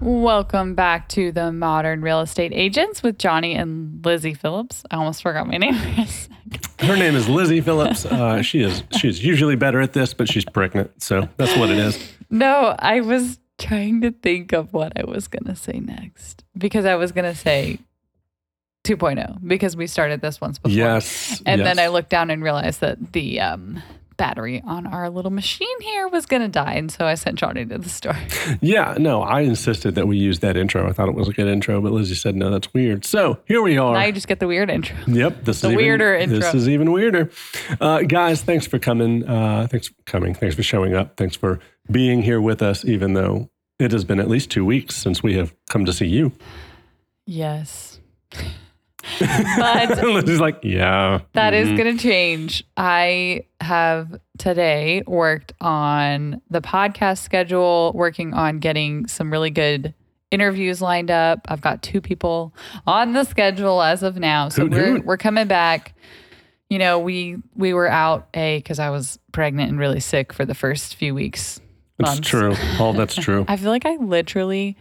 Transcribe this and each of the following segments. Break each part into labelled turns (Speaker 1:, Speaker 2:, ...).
Speaker 1: Welcome back to the Modern Real Estate Agents with Johnny and Lizzie Phillips. I almost forgot my name. for a second.
Speaker 2: Her name is Lizzie Phillips. Uh, she is she's usually better at this, but she's pregnant, so that's what it is.
Speaker 1: no, I was trying to think of what I was going to say next because I was going to say 2.0 because we started this once before.
Speaker 2: Yes,
Speaker 1: And then
Speaker 2: yes.
Speaker 1: I looked down and realized that the um, battery on our little machine here was going to die. And so I sent Johnny to the store.
Speaker 2: Yeah, no, I insisted that we use that intro. I thought it was a good intro, but Lizzie said no, that's weird. So here we are.
Speaker 1: now you just get the weird intro.
Speaker 2: Yep, this
Speaker 1: The
Speaker 2: is
Speaker 1: weirder
Speaker 2: even,
Speaker 1: intro.
Speaker 2: This is even weirder, uh, guys. Thanks for coming. Uh, thanks for coming. Thanks for showing up. Thanks for being here with us, even though it has been at least two weeks since we have come to see you.
Speaker 1: Yes. but
Speaker 2: Lizzie's like, yeah,
Speaker 1: That is going to change. I have today worked on the podcast schedule, working on getting some really good interviews lined up. I've got two people on the schedule as of now. So
Speaker 2: Hoot,
Speaker 1: we're
Speaker 2: hoot.
Speaker 1: we're coming back. You know, we we were out a cuz I was pregnant and really sick for the first few weeks.
Speaker 2: it's
Speaker 1: months.
Speaker 2: true. All that's true.
Speaker 1: I feel like I literally,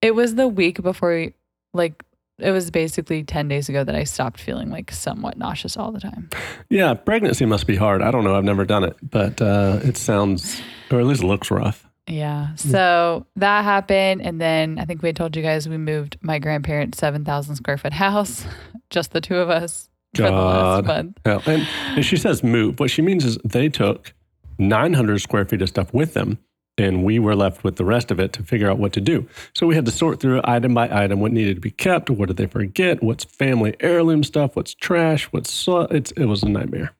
Speaker 1: it was the week before, we, like, it was basically 10 days ago that I stopped feeling like somewhat nauseous all the time.
Speaker 2: Yeah, pregnancy must be hard. I don't know. I've never done it, but uh, it sounds, or at least looks rough.
Speaker 1: Yeah.
Speaker 2: Mm.
Speaker 1: So that happened. And then I think we had told you guys we moved my grandparents' 7,000 square foot house, just the two of us for the last
Speaker 2: God.
Speaker 1: month.
Speaker 2: Yeah. And, and she says move. What she means is they took 900 square feet of stuff with them, and we were left with the rest of it to figure out what to do. So we had to sort through item by item what needed to be kept, what did they forget, what's family heirloom stuff, what's trash, what's sl- it's it was a nightmare.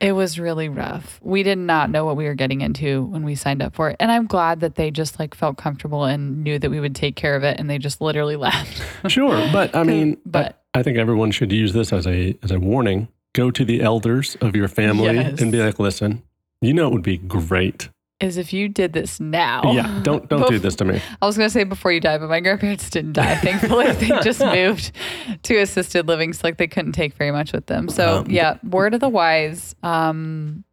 Speaker 1: It was really rough. We did not know what we were getting into when we signed up for it. And I'm glad that they just like felt comfortable and knew that we would take care of it. And they just literally left.
Speaker 2: Sure, but I mean,
Speaker 1: But-
Speaker 2: I, I think everyone should use this as a as a warning. Go to the elders of your family
Speaker 1: Yes.
Speaker 2: and be like, listen, you know, it would be great.
Speaker 1: Is if you did this now.
Speaker 2: Yeah, don't don't do this to me.
Speaker 1: I was going to say before you die, but my grandparents didn't die. Thankfully, they just moved to assisted living, so like they couldn't take very much with them. So
Speaker 2: Um,
Speaker 1: yeah, word of the wise. Um,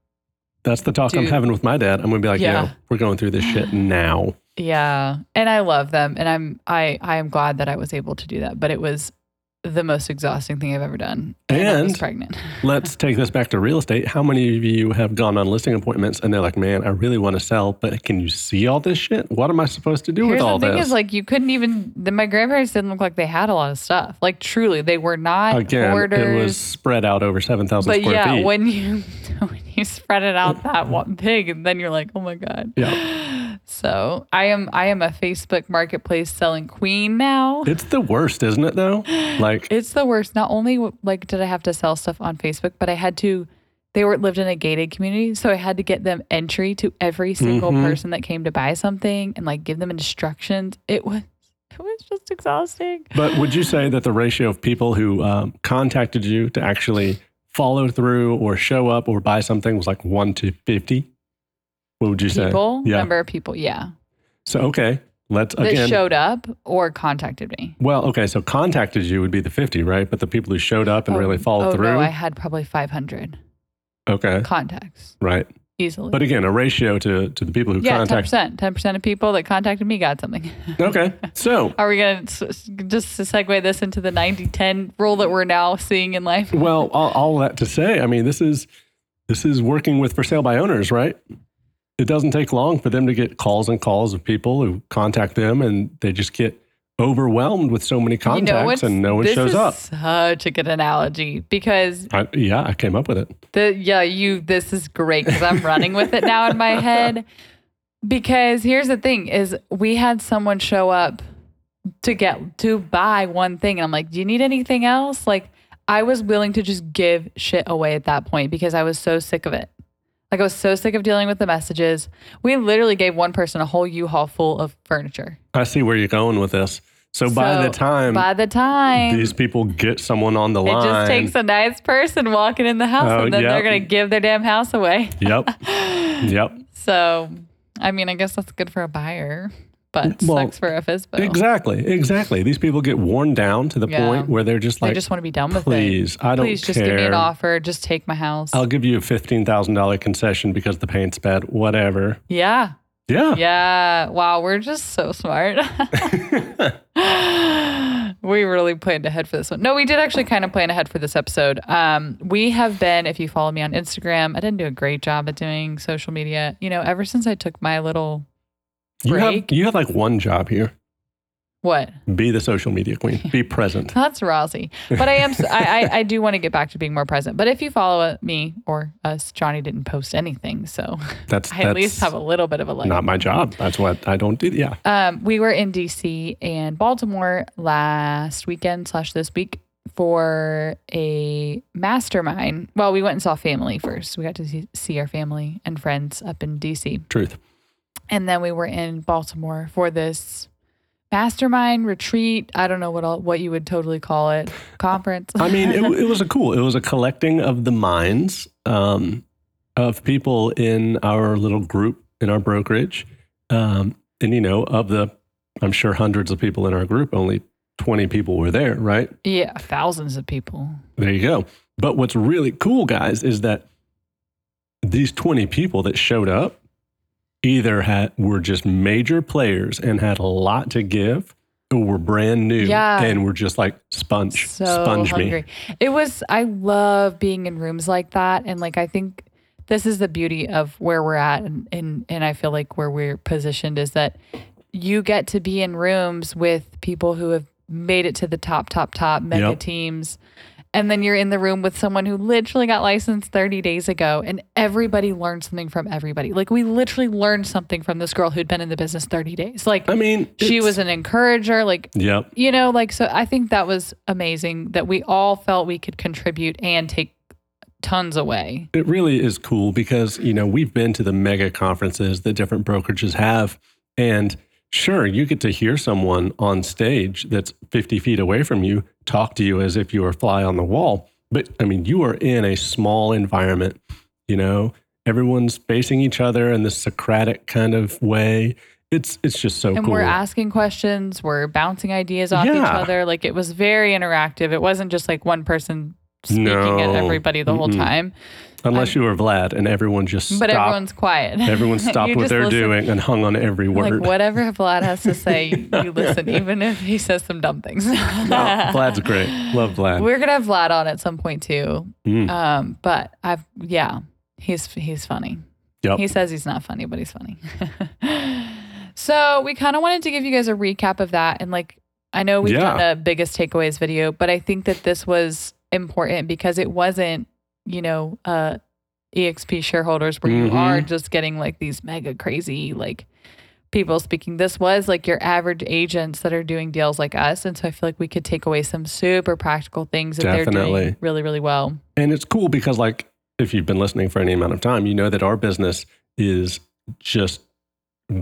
Speaker 2: That's the talk I'm
Speaker 1: Dude.
Speaker 2: having with my dad. I'm gonna be like,
Speaker 1: Yeah.
Speaker 2: yeah, we're going through this shit now.
Speaker 1: yeah, and I love them, and I'm I I am glad that I was able to do that, but it was the most exhausting thing I've ever done. I was
Speaker 2: And-
Speaker 1: pregnant.
Speaker 2: Let's take this back to real estate. How many of you have gone on listing appointments and they're like, man, I really want to sell, but can you see all this shit? What am I supposed to do
Speaker 1: Here's
Speaker 2: with all
Speaker 1: the thing:
Speaker 2: this?
Speaker 1: is like you couldn't even. The, my grandparents didn't look like they had a lot of stuff. Like truly, they were not
Speaker 2: Again,
Speaker 1: hoarders.
Speaker 2: it was spread out over 7,000
Speaker 1: but
Speaker 2: square
Speaker 1: yeah,
Speaker 2: feet.
Speaker 1: when you when you spread it out that one big, and then you're like, oh my god.
Speaker 2: yeah.
Speaker 1: So I am I am a Facebook marketplace selling queen now.
Speaker 2: It's the worst, isn't it, though? Like,
Speaker 1: It's the worst. Not only like did I have to sell stuff on Facebook, but I had to they were lived in a gated community, so I had to get them entry to every single
Speaker 2: Mhm.
Speaker 1: person that came to buy something and like give them instructions. It was it was just exhausting.
Speaker 2: but would you say that the ratio of people who um, contacted you to actually follow through or show up or buy something was like 1 to 50? What would you say?
Speaker 1: People,
Speaker 2: Yeah.
Speaker 1: number of people, yeah,
Speaker 2: So, okay, let's
Speaker 1: that
Speaker 2: again.
Speaker 1: showed up or contacted me.
Speaker 2: Well, okay, so contacted you would be the 50, right? But the people who showed up and
Speaker 1: Oh,
Speaker 2: really followed
Speaker 1: oh,
Speaker 2: through.
Speaker 1: No, I had probably 500
Speaker 2: okay,
Speaker 1: contacts
Speaker 2: right.
Speaker 1: easily.
Speaker 2: But again, a ratio to, to the people who
Speaker 1: yeah,
Speaker 2: contact.
Speaker 1: 10%. 10% of people that contacted me got something.
Speaker 2: Okay, so,
Speaker 1: Are we going to just to segue this into the 90 10 rule that we're now seeing in life?
Speaker 2: well, all, all that to say, I mean, this is this is working with for sale by owners, right? It doesn't take long for them to get calls and calls of people who contact them, and they just get overwhelmed with so many
Speaker 1: You know
Speaker 2: contacts,
Speaker 1: what's-
Speaker 2: and no one
Speaker 1: this
Speaker 2: shows
Speaker 1: is
Speaker 2: up.
Speaker 1: Such a good analogy because
Speaker 2: I, yeah, I came up with it.
Speaker 1: the yeah, you this is great because I'm running with it now in my head. Because here's the thing is we had someone show up to get to buy one thing and I'm like, "Do you need anything else?" Like I was willing to just give shit away at that point because I was so sick of it. Like I was so sick of dealing with the messages. We literally gave one person a whole U-Haul full of furniture.
Speaker 2: I see where you're going with this. So, by the
Speaker 1: So,
Speaker 2: time
Speaker 1: by the time
Speaker 2: these people get someone on the
Speaker 1: it
Speaker 2: line,
Speaker 1: just takes a nice person walking in the house
Speaker 2: Oh,
Speaker 1: and then they're
Speaker 2: yep.
Speaker 1: going to give their damn house away.
Speaker 2: yep. Yep.
Speaker 1: So, I mean, I guess that's good for a buyer, but
Speaker 2: Well,
Speaker 1: sucks for a FISBO.
Speaker 2: Exactly. Exactly. These people get worn down to the
Speaker 1: Yeah.
Speaker 2: point where they're just
Speaker 1: They
Speaker 2: like,
Speaker 1: just want to be done with it.
Speaker 2: please, I don't
Speaker 1: Please just
Speaker 2: care.
Speaker 1: give me an offer. Just take my house.
Speaker 2: I'll give you a $15,000 concession because the paint's bad, whatever.
Speaker 1: yeah.
Speaker 2: Yeah.
Speaker 1: Yeah. Wow. We're just so smart. we really planned ahead for this one. No, we did actually kind of plan ahead for this episode. Um, we have been, if you follow me on Instagram, I didn't do a great job at doing social media. You know, ever since I took my little
Speaker 2: You have
Speaker 1: Break.
Speaker 2: you have like one job here.
Speaker 1: what?
Speaker 2: Be the social media queen. Be present.
Speaker 1: That's Rossi. But I am. I, I I do want to get back to being more present. But if you follow uh, me or us, Johnny didn't post anything, so
Speaker 2: That's
Speaker 1: I at least have
Speaker 2: that's
Speaker 1: a little bit of a look.
Speaker 2: not my job. That's what I don't do. Yeah.
Speaker 1: Um, we were in DC and Baltimore last weekend slash this week for a mastermind. Well, we went and saw family first. We got to see, see our family and friends up in DC,
Speaker 2: Truth.
Speaker 1: and then we were in Baltimore for this mastermind retreat. I don't know what all, what you would totally call it conference.
Speaker 2: I mean, it, it was a cool. It was a collecting of the minds um, of people in our little group in our brokerage, um, and you know, of the I'm sure hundreds of people in our group, only 20 people were there, right?
Speaker 1: yeah, thousands of people.
Speaker 2: There you go. But what's really cool, guys, is that these 20 people that showed up either had were just major players and had a lot to give or were brand new
Speaker 1: Yeah.
Speaker 2: and were just like sponge
Speaker 1: so
Speaker 2: sponge me.
Speaker 1: hungry. It was. I love being in rooms like that, and like I think this is the beauty of where we're at, and and, and I feel like where we're positioned is that you get to be in rooms with people who have made it to the top, top, top mega
Speaker 2: Yep.
Speaker 1: teams. And then you're in the room with someone who literally got licensed 30 days ago, and everybody learned something from everybody. Like, we literally learned something from this girl who'd been in the business 30 days. Like,
Speaker 2: I mean,
Speaker 1: she
Speaker 2: it's-
Speaker 1: was an encourager. Like,
Speaker 2: Yep.
Speaker 1: you know like so i think that was amazing that we all felt we could contribute and take tons away
Speaker 2: It really is cool because, you know, we've been to the mega conferences that different brokerages have. And sure, you get to hear someone on stage that's 50 feet away from you talk to you as if you were a fly on the wall. But I mean, you are in a small environment, you know, everyone's facing each other in this Socratic kind of way. It's it's just so
Speaker 1: and
Speaker 2: Oh, cool.
Speaker 1: we're asking questions we're bouncing ideas off each
Speaker 2: Yeah.
Speaker 1: other like it was very interactive it wasn't just like one person speaking
Speaker 2: No.
Speaker 1: at everybody the whole
Speaker 2: Mm-mm.
Speaker 1: time
Speaker 2: Unless you were Vlad and everyone just
Speaker 1: but
Speaker 2: stopped.
Speaker 1: everyone's quiet
Speaker 2: everyone
Speaker 1: You
Speaker 2: stopped what
Speaker 1: just
Speaker 2: they're
Speaker 1: listen.
Speaker 2: doing and hung on every word.
Speaker 1: like whatever vlad has to say you listen even if he says some dumb things
Speaker 2: No, Vlad's great. Love Vlad.
Speaker 1: we're gonna have vlad on at some point too
Speaker 2: Mm.
Speaker 1: um but i've yeah he's he's funny
Speaker 2: Yep.
Speaker 1: He says he's not funny, but he's funny. so we kind of wanted to give you guys a recap of that. And like, I know we've
Speaker 2: Yeah.
Speaker 1: done a biggest takeaways video, but I think that this was important because it wasn't, you know, uh, EXP shareholders where
Speaker 2: Mhm.
Speaker 1: you are just getting like these mega crazy, like, people speaking this was like your average agents that are doing deals like us and so i feel like we could take away some super practical things that they're
Speaker 2: Definitely.
Speaker 1: doing really really well
Speaker 2: And it's cool because, like, if you've been listening for any amount of time, you know that our business is just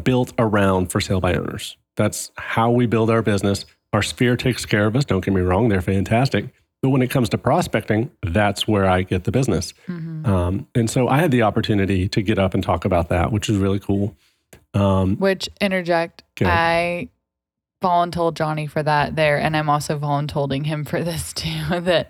Speaker 2: built around for sale by owners. That's how we build our business. Our sphere takes care of us. Don't get me wrong, they're fantastic. But when it comes to prospecting, that's where I get the business.
Speaker 1: Mm-hmm.
Speaker 2: Um, and so I had the opportunity to get up and talk about that, which is really cool. Um,
Speaker 1: Which interject,
Speaker 2: Go
Speaker 1: I voluntold Johnny for that there, and I'm also voluntolding him for this too. That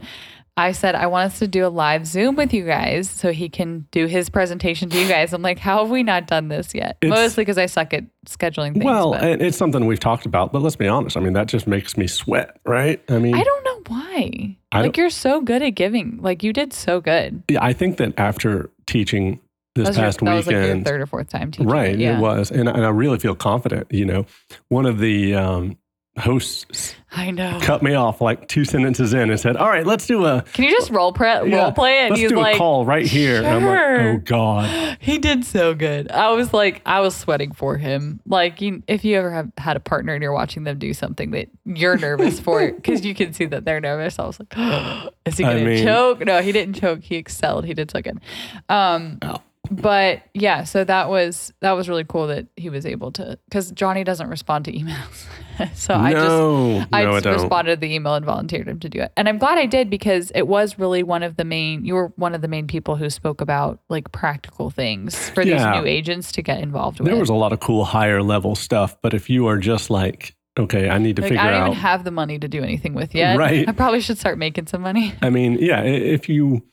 Speaker 1: I said I want us to do a live Zoom with you guys so he can do his presentation to you guys. I'm like, how have we not done this yet?
Speaker 2: It's-
Speaker 1: Mostly because I suck at scheduling things.
Speaker 2: well,
Speaker 1: but
Speaker 2: and it's something we've talked about, but let's be honest. I mean, that just makes me sweat, right? I mean,
Speaker 1: I don't know why.
Speaker 2: I
Speaker 1: like
Speaker 2: don't-
Speaker 1: you're so good at giving. Like you did so good.
Speaker 2: yeah, I think that after teaching this
Speaker 1: that was, your-
Speaker 2: past
Speaker 1: that was,
Speaker 2: weekend,
Speaker 1: like your third or fourth time teaching.
Speaker 2: Right,
Speaker 1: it, Yeah.
Speaker 2: it was, and and I really feel confident. You know, one of the um, hosts s-
Speaker 1: I know.
Speaker 2: cut me off like two sentences in and said, "All right, let's do a
Speaker 1: Can you just role, pre-
Speaker 2: yeah,
Speaker 1: role play it? And
Speaker 2: Let's
Speaker 1: he's
Speaker 2: do
Speaker 1: like,
Speaker 2: a call right here." And I'm
Speaker 1: "Sure."
Speaker 2: like, "Oh God,
Speaker 1: He did so good. I was like, I was sweating for him. Like, you, if you ever have had a partner and you're watching them do something that you're nervous for, because you can see that they're nervous, I was like, is he
Speaker 2: I
Speaker 1: gonna
Speaker 2: mean-
Speaker 1: choke? No, he didn't choke. He excelled. He did so good. Um,
Speaker 2: Ow.
Speaker 1: but yeah, so that was that was really cool that he was able to, because Johnny doesn't respond to emails, so I just
Speaker 2: no,
Speaker 1: I
Speaker 2: no, I
Speaker 1: just
Speaker 2: don't."
Speaker 1: responded to the email and volunteered him to do it. And I'm glad I did because it was really one of the main, you were one of the main people who spoke about like practical things for
Speaker 2: Yeah.
Speaker 1: these new agents to get involved with.
Speaker 2: there was a lot of cool higher level stuff, but if you are just like, "Okay, I need to
Speaker 1: like,
Speaker 2: figure
Speaker 1: I don't
Speaker 2: out,"
Speaker 1: even have the money to do anything with yet.
Speaker 2: Right.
Speaker 1: I probably should start making some money.
Speaker 2: I mean, yeah, i- if you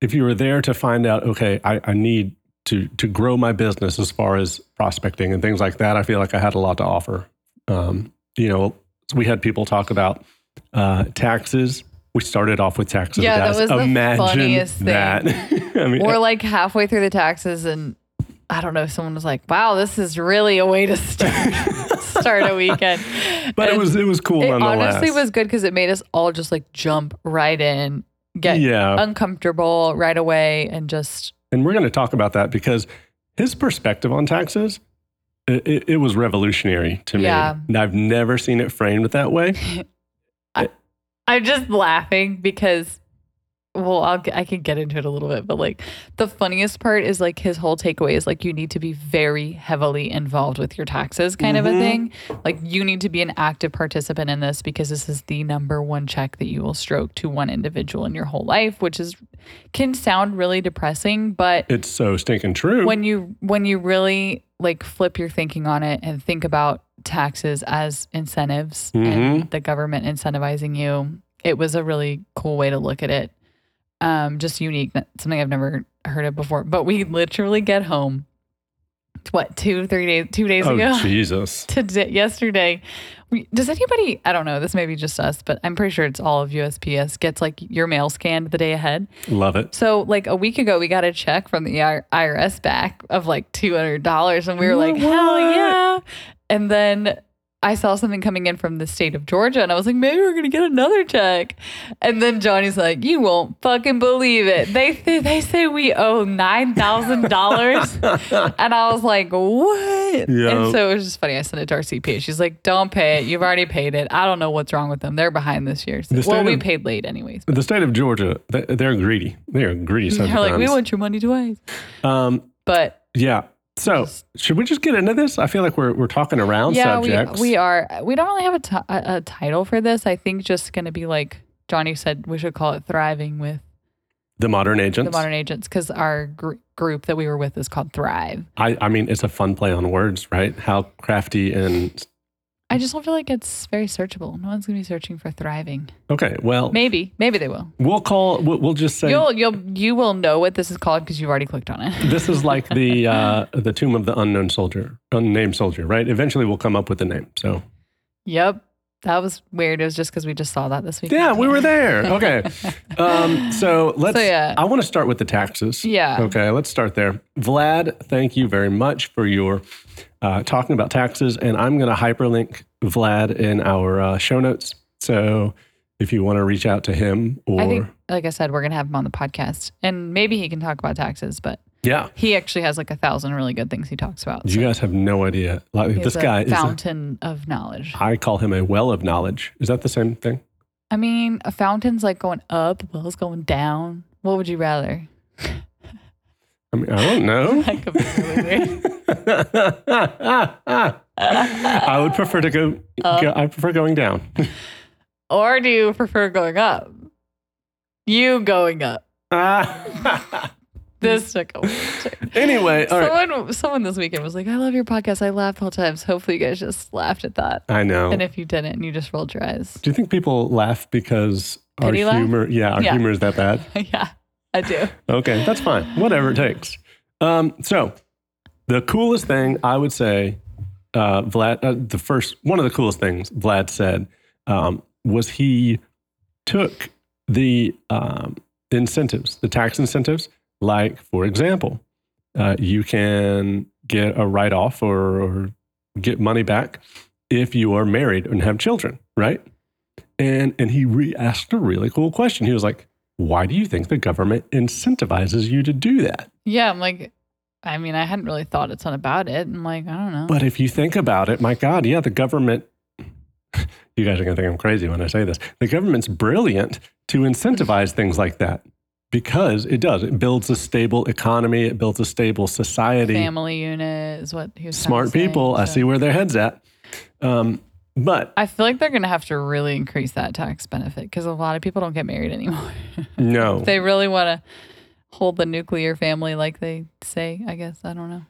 Speaker 2: if you were there to find out, okay, I, I need to to grow my business as far as prospecting and things like that. I feel like I had a lot to offer. Um, you know, we had people talk about uh, taxes. We started off with taxes.
Speaker 1: Yeah, that
Speaker 2: guys.
Speaker 1: was the
Speaker 2: Imagine
Speaker 1: funniest thing.
Speaker 2: that. I mean,
Speaker 1: We're like halfway through the taxes, and I don't know if someone was like, "Wow, this is really a way to start start a weekend."
Speaker 2: but it
Speaker 1: And
Speaker 2: was it was cool
Speaker 1: it
Speaker 2: nonetheless.
Speaker 1: honestly was good because it made us all just like jump right in, get
Speaker 2: yeah.
Speaker 1: uncomfortable right away, and just
Speaker 2: And we're going to talk about that because his perspective on taxes, it, it, it was revolutionary to me.
Speaker 1: Yeah.
Speaker 2: And I've never seen it framed that way.
Speaker 1: I'm just laughing because, well, I'll, get- I can get into it a little bit, but like the funniest part is like his whole takeaway is like you need to be very heavily involved with your taxes, kind of a
Speaker 2: Mhm.
Speaker 1: thing. Like you need to be an active participant in this because this is the number one check that you will stroke to one individual in your whole life, which is can sound really depressing, but
Speaker 2: It's so stinking true.
Speaker 1: when you when you really like flip your thinking on it and think about taxes as incentives
Speaker 2: Mm-hmm.
Speaker 1: and the government incentivizing you it was a really cool way to look at it um just unique n- something i've never heard of before but we literally get home what two three days two days
Speaker 2: oh,
Speaker 1: ago
Speaker 2: Jesus.
Speaker 1: today yesterday we, does anybody i don't know this may be just us but i'm pretty sure it's all of usps gets like your mail scanned the day ahead
Speaker 2: Love it.
Speaker 1: so like a week ago, we got a check from the IR IRS back of like two hundred dollars, and we were like, "Hell
Speaker 2: What?
Speaker 1: yeah!" And then I saw something coming in from the state of Georgia, and I was like, "Maybe we're gonna get another check." And then Johnny's like, "You won't fucking believe it. They th- they say we owe nine thousand dollars," and I was like, "What?"
Speaker 2: Yeah.
Speaker 1: And so it was just funny. I sent it to our CPA. She's like, "Don't pay it. You've already paid it. I don't know what's wrong with them. They're behind this year. So,
Speaker 2: The
Speaker 1: well,
Speaker 2: state
Speaker 1: we
Speaker 2: of-
Speaker 1: paid late anyways."
Speaker 2: The state of Georgia, they- they're greedy. They are greedy
Speaker 1: They're
Speaker 2: sometimes.
Speaker 1: like, "We want your money twice,"
Speaker 2: um,
Speaker 1: but.
Speaker 2: yeah. So should we just get into this? I feel like we're, we're talking around subjects.
Speaker 1: we we are. We don't really have a ti- a a title for this. I think just going to be like Johnny said, we should call it thriving with
Speaker 2: The modern agents.
Speaker 1: the modern agents because our gr- group that we were with is called Thrive.
Speaker 2: I, I mean, it's a fun play on words, right? How crafty and
Speaker 1: I just don't feel like it's very searchable. No one's going to be searching for thriving.
Speaker 2: okay. Well,
Speaker 1: Maybe, maybe they will.
Speaker 2: we'll call. We'll, we'll just say
Speaker 1: You'll you'll you will know what this is called because you've already clicked on it.
Speaker 2: this is like the uh, the tomb of the unknown soldier, unnamed soldier, right? Eventually, we'll come up with the name. So
Speaker 1: yep, that was weird. It was just because we just saw that this week.
Speaker 2: yeah, we were there. Okay, um, so let's.
Speaker 1: So, yeah.
Speaker 2: I want to start with the taxes.
Speaker 1: Yeah.
Speaker 2: Okay, let's start there. Vlad, thank you very much for your uh, talking about taxes, and I'm going to hyperlink Vlad in our uh, show notes. So if you want to reach out to him or
Speaker 1: I think, like I said, we're going to have him on the podcast, and maybe he can talk about taxes, but.
Speaker 2: yeah.
Speaker 1: He actually has like a thousand really good things he talks about.
Speaker 2: You guys have no idea. Like
Speaker 1: He's
Speaker 2: this
Speaker 1: a
Speaker 2: guy is. A,
Speaker 1: fountain of knowledge.
Speaker 2: I call him a well of knowledge. Is that the same thing?
Speaker 1: I mean, a fountain's like going up, a well's going down. What would you rather?
Speaker 2: I mean, I don't know.
Speaker 1: That could be really weird.
Speaker 2: I would prefer to go, go. I prefer going down.
Speaker 1: or do you prefer going up? You going up.
Speaker 2: Ah.
Speaker 1: This took a weird turn.
Speaker 2: anyway, all right.
Speaker 1: Someone, someone this weekend was like, "I love your podcast. I laughed all times." Hopefully, you guys just laughed at that.
Speaker 2: I know.
Speaker 1: And if you didn't, you just rolled your eyes.
Speaker 2: Do you think people laugh because our
Speaker 1: Pity laugh?
Speaker 2: humor? Yeah, our
Speaker 1: Yeah.
Speaker 2: humor is that bad.
Speaker 1: yeah, I do.
Speaker 2: Okay, that's fine. Whatever it takes. Um, so, the coolest thing I would say, uh, Vlad, uh, the first one of the coolest things Vlad said um, was he took the um, incentives, the tax incentives. Like, for example, uh, you can get a write off or, or get money back if you are married and have children, right? And and he re- asked a really cool question. He was like, why do you think the government incentivizes you to do that?
Speaker 1: Yeah, I'm like, I mean, I hadn't really thought a ton about it. I'm like, I don't know.
Speaker 2: But if you think about it, my God, yeah, the government, you guys are going to think I'm crazy when I say this. The government's brilliant to incentivize things like that because it does. It builds a stable economy, it builds a stable society.
Speaker 1: family unit is what he was trying to
Speaker 2: Smart
Speaker 1: say,
Speaker 2: people, I
Speaker 1: so-
Speaker 2: see where their head's at. Um, but
Speaker 1: I feel like they're going to have to really increase that tax benefit because a lot of people don't get married anymore.
Speaker 2: no.
Speaker 1: they really want to hold the nuclear family, like they say. I guess I don't know.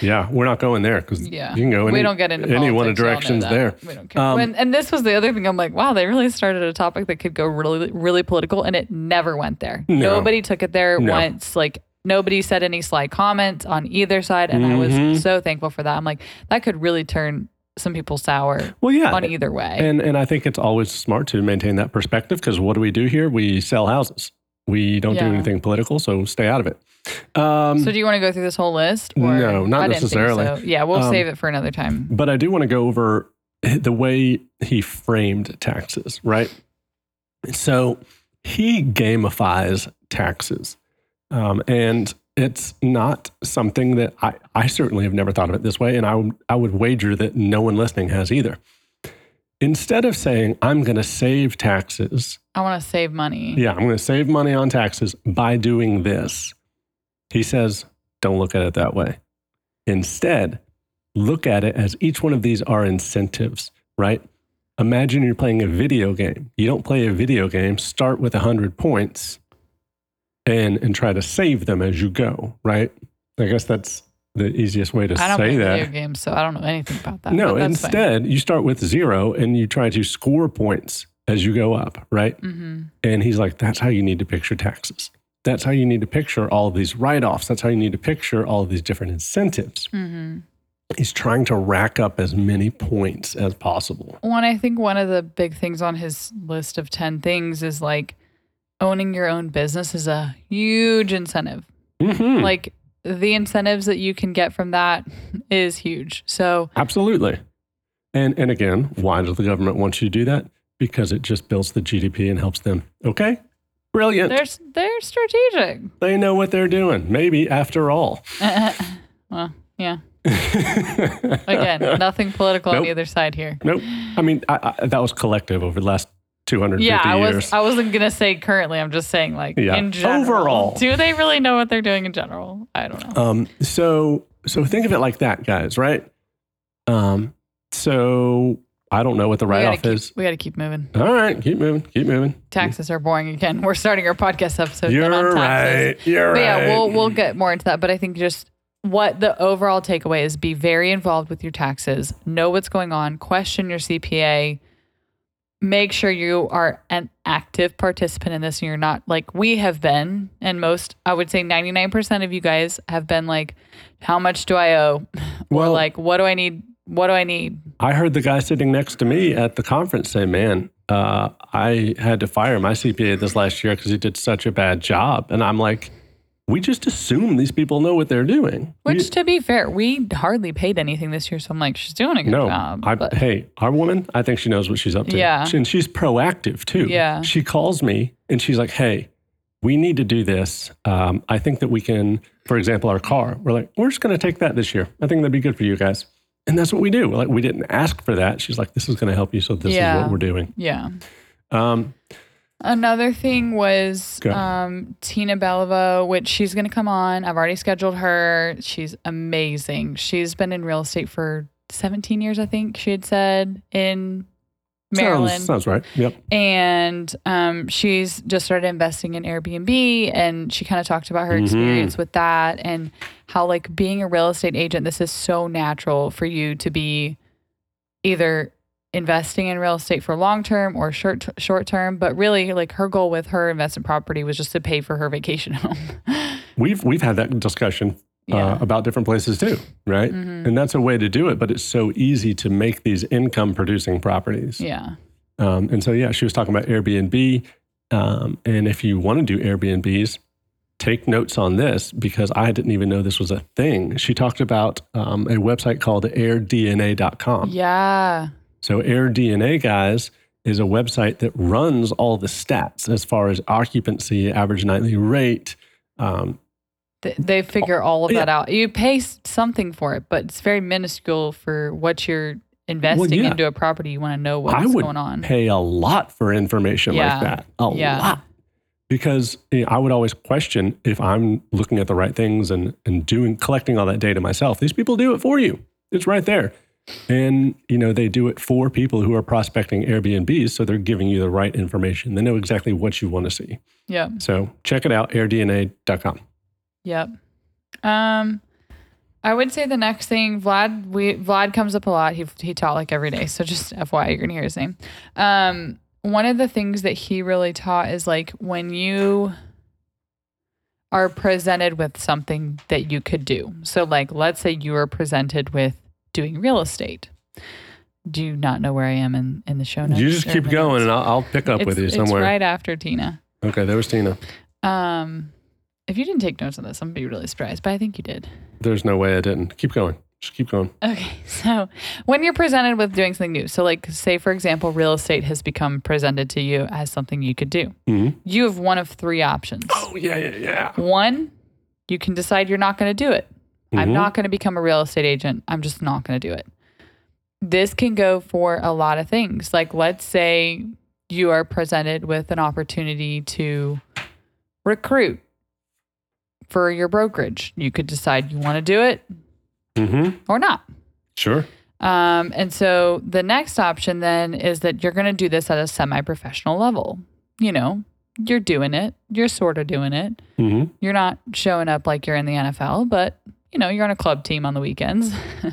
Speaker 2: Yeah, we're not going there because
Speaker 1: Yeah,
Speaker 2: you can go any,
Speaker 1: we don't get into
Speaker 2: any one of
Speaker 1: politics, y'all know
Speaker 2: directions
Speaker 1: that.
Speaker 2: there.
Speaker 1: We don't care.
Speaker 2: Um,
Speaker 1: When- and this was the other thing. I'm like, wow, they really started a topic that could go really, really political, and it never went there.
Speaker 2: No.
Speaker 1: Nobody took it there
Speaker 2: No.
Speaker 1: once. Like Nobody said any sly comments on either side. And I
Speaker 2: Mhm.
Speaker 1: was so thankful for that. I'm like, that could really turn some people sour
Speaker 2: Well, yeah.
Speaker 1: on either way.
Speaker 2: And and I think it's always smart to maintain that perspective because what do we do here? We sell houses. We don't
Speaker 1: Yeah.
Speaker 2: do anything political, so stay out of it. Um,
Speaker 1: so do you want to go through this whole list?
Speaker 2: No, not
Speaker 1: I didn't think
Speaker 2: necessarily.
Speaker 1: so. Yeah, we'll
Speaker 2: Um,
Speaker 1: save it for another time.
Speaker 2: but I do want to go over the way he framed taxes, right? So he gamifies taxes. Um, and it's not something that I, I certainly have never thought of it this way. And I, would- I would wager that no one listening has either. Instead of saying, I'm going to save taxes,
Speaker 1: I want to save money.
Speaker 2: yeah, I'm going to save money on taxes by doing this. He says, don't look at it that way. Instead, look at it as each one of these are incentives, right? Imagine you're playing a video game. You don't play a video game, start with 100 points and, and try to save them as you go, right? I guess that's the easiest way to
Speaker 1: I don't
Speaker 2: say
Speaker 1: play
Speaker 2: that.
Speaker 1: video games, so I don't know anything about that.
Speaker 2: No,
Speaker 1: but that's
Speaker 2: instead, you start with zero and you try to score points as you go up, right?
Speaker 1: hmm
Speaker 2: And he's like, that's how you need to picture taxes. That's how you need to picture all these write offs. That's how you need to picture all these different incentives.
Speaker 1: hmm
Speaker 2: He's trying to rack up as many points as possible.
Speaker 1: One, I think one of the big things on his list of 10 things is like owning your own business is a huge incentive.
Speaker 2: Mhm.
Speaker 1: Like the incentives that you can get from that is huge. So,
Speaker 2: Absolutely. And, and again, why does the government want you to do that? Because it just builds the GDP and helps them. Okay. Brilliant.
Speaker 1: they're, s- they're strategic.
Speaker 2: they know what they're doing. Maybe after all.
Speaker 1: well, yeah. Again, nothing political on
Speaker 2: Nope.
Speaker 1: either side here.
Speaker 2: Nope. I mean, I, I, that was collective over the last 250
Speaker 1: Yeah, I
Speaker 2: years.
Speaker 1: was I wasn't gonna say currently. I'm just saying like
Speaker 2: Yeah.
Speaker 1: in general.
Speaker 2: Overall.
Speaker 1: do they really know what they're doing in general? I don't know.
Speaker 2: Um, so so think of it like that, guys, right? Um, so I don't know what the
Speaker 1: We
Speaker 2: write
Speaker 1: gotta
Speaker 2: off
Speaker 1: keep-
Speaker 2: is.
Speaker 1: we got to keep moving.
Speaker 2: All right, keep moving, keep moving.
Speaker 1: Taxes are boring again. We're starting our podcast episode. then
Speaker 2: You're
Speaker 1: on taxes.
Speaker 2: right. You're
Speaker 1: But
Speaker 2: right.
Speaker 1: yeah, we'll we'll get more into that. But I think just what the overall takeaway is: be very involved with your taxes. Know what's going on. Question your CPA. Make sure you are an active participant in this, and you're not like we have been. And most, I would say, 99% of you guys have been like, "How much do I owe?" or
Speaker 2: Well-
Speaker 1: like, "What do I need? What do I need?"
Speaker 2: I heard the guy sitting next to me at the conference say, "Man, uh, I had to fire my CPA this last year because he did such a bad job." And I'm like, "We just assume these people know what they're doing." We-
Speaker 1: Which, to be fair, we hardly paid anything this year, so I'm like, she's doing a good
Speaker 2: No,
Speaker 1: job.
Speaker 2: I,
Speaker 1: Um, but-
Speaker 2: hey, our woman, I think she knows what she's up to.
Speaker 1: Yeah.
Speaker 2: She- and she's proactive too.
Speaker 1: Yeah.
Speaker 2: She calls me and she's like, hey, we need to do this. Um, I think that we can, for example, our car, we're like, we're just going to take that this year. I think that'd be good for you guys. And that's what we do. We're Like, we didn't ask for that. She's like, this is going to help you. So this is
Speaker 1: Yeah.
Speaker 2: what we're doing.
Speaker 1: yeah.
Speaker 2: Um,
Speaker 1: Another thing was
Speaker 2: Go.
Speaker 1: um, Tina Bellavo, which she's going to come on. I've already scheduled her. She's amazing. She's been in real estate for 17 years, I think she had said in Maryland.
Speaker 2: Sounds, sounds right. Yep.
Speaker 1: And um, she's just started investing in Airbnb. And she kind of talked about her
Speaker 2: Mhm.
Speaker 1: experience with that and how, like, being a real estate agent, this is so natural for you to be either investing in real estate for long term or short short term but really like her goal with her investment property was just to pay for her vacation home
Speaker 2: We've, we've had that discussion
Speaker 1: yeah
Speaker 2: uh, about different places too, right?
Speaker 1: Mhm.
Speaker 2: And that's a way to do it, but it's so easy to make these income producing properties.
Speaker 1: yeah
Speaker 2: Um, and so, yeah, she was talking about Airbnb. Um, and if you want to do Airbnbs, take notes on this because I didn't even know this was a thing. She talked about um, a website called airdna.com.
Speaker 1: yeah
Speaker 2: So, AirDNA, guys, is a website that runs all the stats as far as occupancy, average nightly rate. Um,
Speaker 1: Th- they figure all of
Speaker 2: Oh, yeah.
Speaker 1: that out you pay s- something for it but it's very minuscule for what you're investing
Speaker 2: yeah.
Speaker 1: into a property you want to know
Speaker 2: I
Speaker 1: what's
Speaker 2: would
Speaker 1: going on
Speaker 2: pay a lot for information
Speaker 1: Yeah.
Speaker 2: like that. A
Speaker 1: Yeah.
Speaker 2: lot. Because you know, I would always question if I'm looking at the right things and, and doing collecting all that data myself. These people do it for you. It's right there. And you know, they do it for people who are prospecting Airbnbs. So they're giving you the right information. They know exactly what you want to see.
Speaker 1: yep
Speaker 2: So check it out, airdna.com.
Speaker 1: Yep. Um, I would say the next thing, Vlad. We Vlad comes up a lot. He he taught like every day. So just FYI, you're gonna hear his name. Um, one of the things that he really taught is like when you are presented with something that you could do. So, like, let's say you are presented with doing real estate. Do you not know where I am in, in the show notes?
Speaker 2: You just
Speaker 1: or
Speaker 2: keep
Speaker 1: the
Speaker 2: going,
Speaker 1: notes?
Speaker 2: and I'll, I'll pick up
Speaker 1: It's-
Speaker 2: with you
Speaker 1: it's
Speaker 2: somewhere.
Speaker 1: right after Tina.
Speaker 2: Okay, there was Tina.
Speaker 1: Um, if you didn't take notes on this, I'm gonna be really surprised, but I think you did.
Speaker 2: There's no way I didn't. Keep going. Just keep going.
Speaker 1: Okay, so when you're presented with doing something new, so like say for example, real estate has become presented to you as something you could do.
Speaker 2: Mhm.
Speaker 1: You have one of three options.
Speaker 2: Oh yeah, yeah, yeah.
Speaker 1: One, you can decide you're not going to do it. I'm
Speaker 2: Mhm.
Speaker 1: not going to become a real estate agent. I'm just not going to do it. This can go for a lot of things. Like, let's say you are presented with an opportunity to recruit for your brokerage. You could decide you want to do it
Speaker 2: Mm-hmm.
Speaker 1: or not.
Speaker 2: Sure.
Speaker 1: Um, and so the next option then is that you're going to do this at a semi professional level. You know, you're doing it, you're sort of doing it
Speaker 2: Mm-hmm.
Speaker 1: you're not showing up like you're in the NFL, but you know, you're on a club team on the weekends.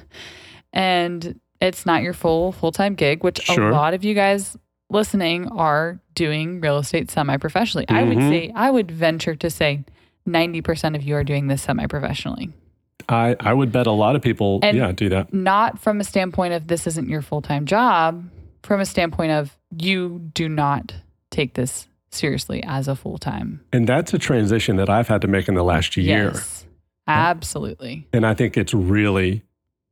Speaker 1: and it's not your full full-time gig, which
Speaker 2: Sure.
Speaker 1: a lot of you guys listening are doing real estate semi-professionally. I would
Speaker 2: Mhm.
Speaker 1: say I would venture to say 90% of you are doing this semi-professionally.
Speaker 2: I I would bet a lot of people
Speaker 1: And-
Speaker 2: yeah do that.
Speaker 1: Not from a standpoint of this isn't your full-time job, from a standpoint of you do not take this seriously as a full-time.
Speaker 2: And that's a transition that I've had to make in the last year.
Speaker 1: Yes. Absolutely.
Speaker 2: And I think it's really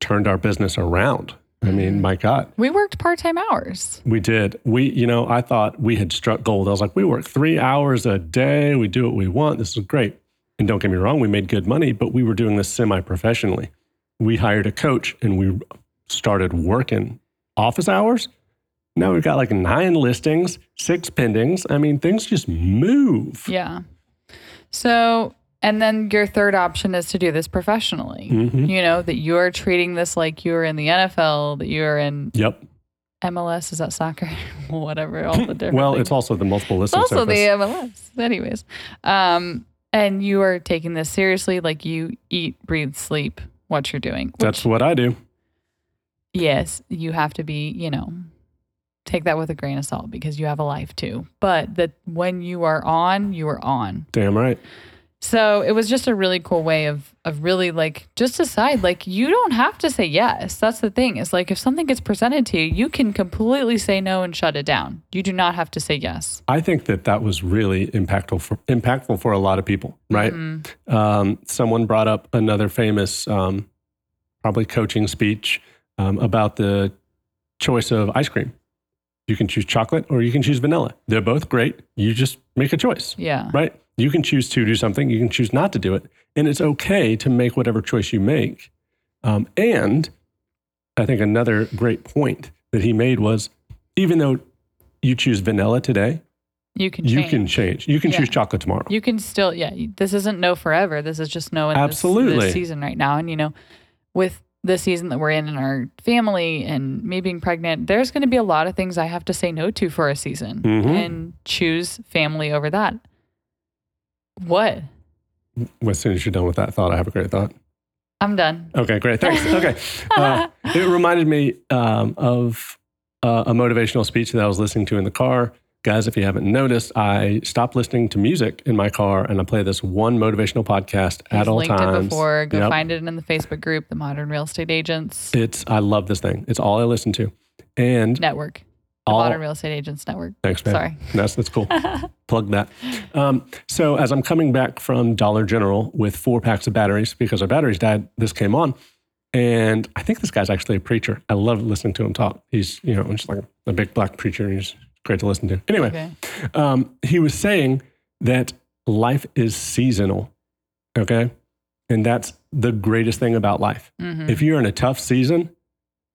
Speaker 2: turned our business around. I
Speaker 1: Mm-hmm.
Speaker 2: mean, my God,
Speaker 1: We worked part-time hours.
Speaker 2: we did. We, you know, I thought we had struck gold. I was like, we work three hours a day. We do what we want. This is great. And don't get me wrong, we made good money, but we were doing this semi professionally. We hired a coach and we started working office hours. Now we've got like nine listings, six pendings. I mean, things just move.
Speaker 1: Yeah. So, and then your third option is to do this professionally.
Speaker 2: Mhm.
Speaker 1: You know, that you're treating this like you're in the NFL, that you're in
Speaker 2: Yep.
Speaker 1: MLS. Is that soccer? Whatever. All the different.
Speaker 2: Well,
Speaker 1: things.
Speaker 2: it's also the multiple
Speaker 1: It's
Speaker 2: listing.
Speaker 1: also the uh,
Speaker 2: service.
Speaker 1: MLS. Anyways. Um, and you are taking this seriously. Like you eat, breathe, sleep what you're doing. Which,
Speaker 2: That's what I do.
Speaker 1: yes, you have to be, you know, take that with a grain of salt because you have a life too. But that when you are on, you are on.
Speaker 2: Damn right.
Speaker 1: So it was just a really cool way of of really like just decide like you don't have to say yes. That's the thing. It's like if something gets presented to you, you can completely say no and shut it down. You do not have to say yes.
Speaker 2: I think that that was really impactful for impactful for a lot of people, right?
Speaker 1: Mm-hmm.
Speaker 2: Um, someone brought up another famous, um, probably coaching speech um, about the choice of ice cream. You can choose chocolate or you can choose vanilla. They're both great. You just make a choice,
Speaker 1: Yeah.
Speaker 2: right? You can choose to do something. You can choose not to do it, and it's okay to make whatever choice you make. Um, and I think another great point that he made was, even though you choose vanilla today,
Speaker 1: You can
Speaker 2: you
Speaker 1: change.
Speaker 2: can change. You can
Speaker 1: Yeah.
Speaker 2: choose chocolate tomorrow.
Speaker 1: you can still yeah, you- this isn't no forever. This is just no in this- This,
Speaker 2: Absolutely.
Speaker 1: season right now and you know with the season that we're in and our family and me being pregnant, there's going to be a lot of things I have to say no to for a season
Speaker 2: Mhm.
Speaker 1: and choose family over that. What?
Speaker 2: Well, as soon as you're done with that thought, I have a great thought.
Speaker 1: I'm done.
Speaker 2: Okay, great. Thanks. Okay. Uh, it reminded me um, of uh, a motivational speech that I was listening to in the car. Guys, if you haven't noticed, I stopped listening to music in my car and I play this one motivational podcast
Speaker 1: He's
Speaker 2: at all
Speaker 1: linked
Speaker 2: times.
Speaker 1: it before. Go
Speaker 2: Yep.
Speaker 1: find it in the Facebook group, the Modern Real Estate Agents
Speaker 2: It's I love this thing. It's all I listen to. And
Speaker 1: Network. The
Speaker 2: all
Speaker 1: Modern Real Estate Agents Network.
Speaker 2: Thanks, man.
Speaker 1: Sorry.
Speaker 2: That's that's cool. Plug that. Um, so as I'm coming back from Dollar General with four packs of batteries because our batteries died, this came on, and I think this guy's actually a preacher. I love listening to him talk. He's you know just like a big black preacher. and He's great to listen to. Anyway,
Speaker 1: Okay.
Speaker 2: um, he was saying that life is seasonal. Okay, and that's the greatest thing about life.
Speaker 1: Mhm.
Speaker 2: If you're in a tough season,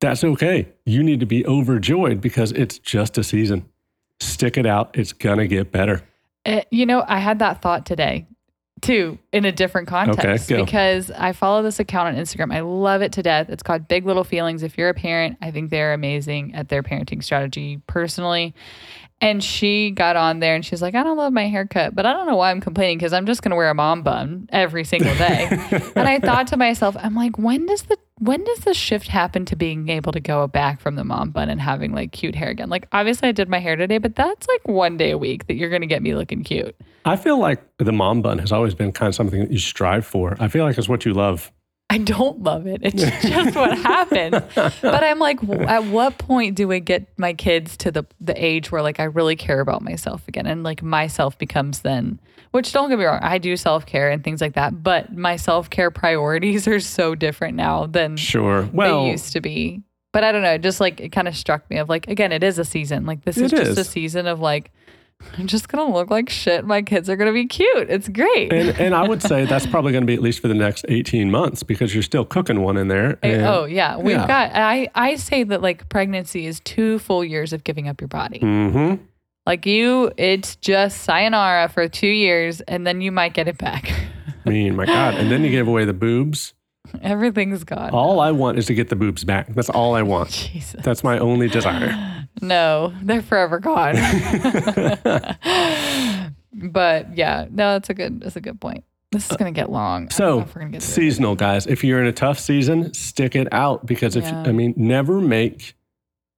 Speaker 2: that's okay. You need to be overjoyed because it's just a season. Stick it out. It's going to get better.
Speaker 1: Uh, you know, I had that thought today too in a different context
Speaker 2: go.
Speaker 1: because I follow this account on Instagram. I love it to death. It's called Big Little Feelings. If you're a parent, I think they're amazing at their parenting strategy personally. And she got on there and she's like, I don't love my haircut, but I don't know why I'm complaining because I'm just going to wear a mom bun every single day. and I thought to myself, I'm like, when does the when does the shift happen to being able to go back from the mom bun and having like cute hair again? Like obviously I did my hair today, but that's like one day a week that you're gonna get me looking cute.
Speaker 2: I feel like the mom bun has always been kind of something that you strive for. I feel like it's what you love.
Speaker 1: I don't love it. It's just what happened. But I'm like, w- at what point do I get my kids to the the age where like I really care about myself again, and like myself becomes then? Which don't get me wrong, I do self care and things like that. But my self care priorities are so different now than
Speaker 2: Sure. Well,
Speaker 1: they used to be. But I don't know. Just like it kind of struck me of like again, it is a season. Like this
Speaker 2: It
Speaker 1: is just
Speaker 2: is.
Speaker 1: a season of like I'm just gonna look like shit. My kids are gonna be cute. It's great.
Speaker 2: and, and I would say that's probably going to be at least for the next 18 months because you're still cooking one in there.
Speaker 1: I-
Speaker 2: and-
Speaker 1: oh yeah, we've
Speaker 2: yeah.
Speaker 1: got. I I say that like pregnancy is two full years of giving up your body.
Speaker 2: Mhm.
Speaker 1: Like you, it's just sayonara for two years, and then you might get it back.
Speaker 2: I mean, my God. And then you gave away the boobs.
Speaker 1: Everything's gone.
Speaker 2: All I want is to get the boobs back. That's all I want.
Speaker 1: Jesus.
Speaker 2: That's my only desire.
Speaker 1: No, they're forever gone. but yeah, no, that's a good. That's a good point. This is gonna get long. I don't know
Speaker 2: Uh, So,
Speaker 1: if we're gonna get through it.
Speaker 2: seasonal guys, if you're in a tough season, stick it out because if,
Speaker 1: Yeah.
Speaker 2: I mean, never make,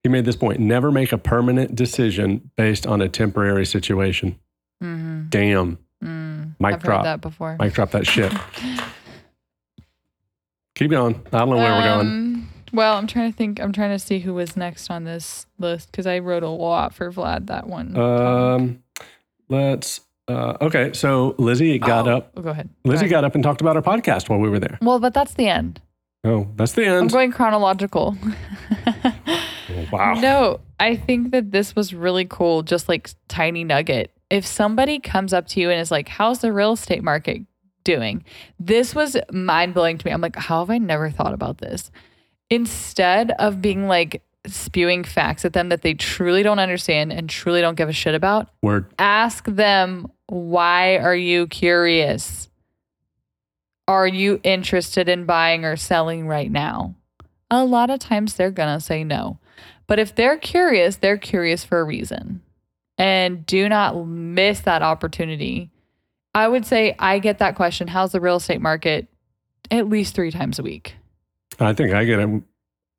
Speaker 2: he made this point, never make a permanent decision based on a temporary situation.
Speaker 1: Mhm.
Speaker 2: Damn.
Speaker 1: Mm.
Speaker 2: Mic
Speaker 1: I've
Speaker 2: drop.
Speaker 1: heard that before.
Speaker 2: Mike, drop that shit. Keep going. I don't know where we're going.
Speaker 1: Um, Well, I'm trying to think. I'm trying to see who was next on this list because I wrote a lot for Vlad that one.
Speaker 2: Um, let's. Uh, okay, so Lizzie got
Speaker 1: Oh,
Speaker 2: up.
Speaker 1: oh, go ahead. Go
Speaker 2: Lizzie
Speaker 1: ahead.
Speaker 2: got up and talked about our podcast while we were there.
Speaker 1: Well, but that's the end.
Speaker 2: Oh, that's the
Speaker 1: I'm
Speaker 2: end.
Speaker 1: going chronological.
Speaker 2: wow.
Speaker 1: No, I think that this was really cool, just like tiny nugget. If somebody comes up to you and is like, How's the real estate market doing? This was mind blowing to me. I'm like, How have I never thought about this? Instead of being like spewing facts at them that they truly don't understand and truly don't give a shit about,
Speaker 2: Word.
Speaker 1: ask them, Why are you curious? Are you interested in buying or selling right now? A lot of times they're going to say no. But if they're curious, they're curious for a reason. And do not miss that opportunity. I would say I get that question How's the real estate market? at least three times a week.
Speaker 2: I think I get it.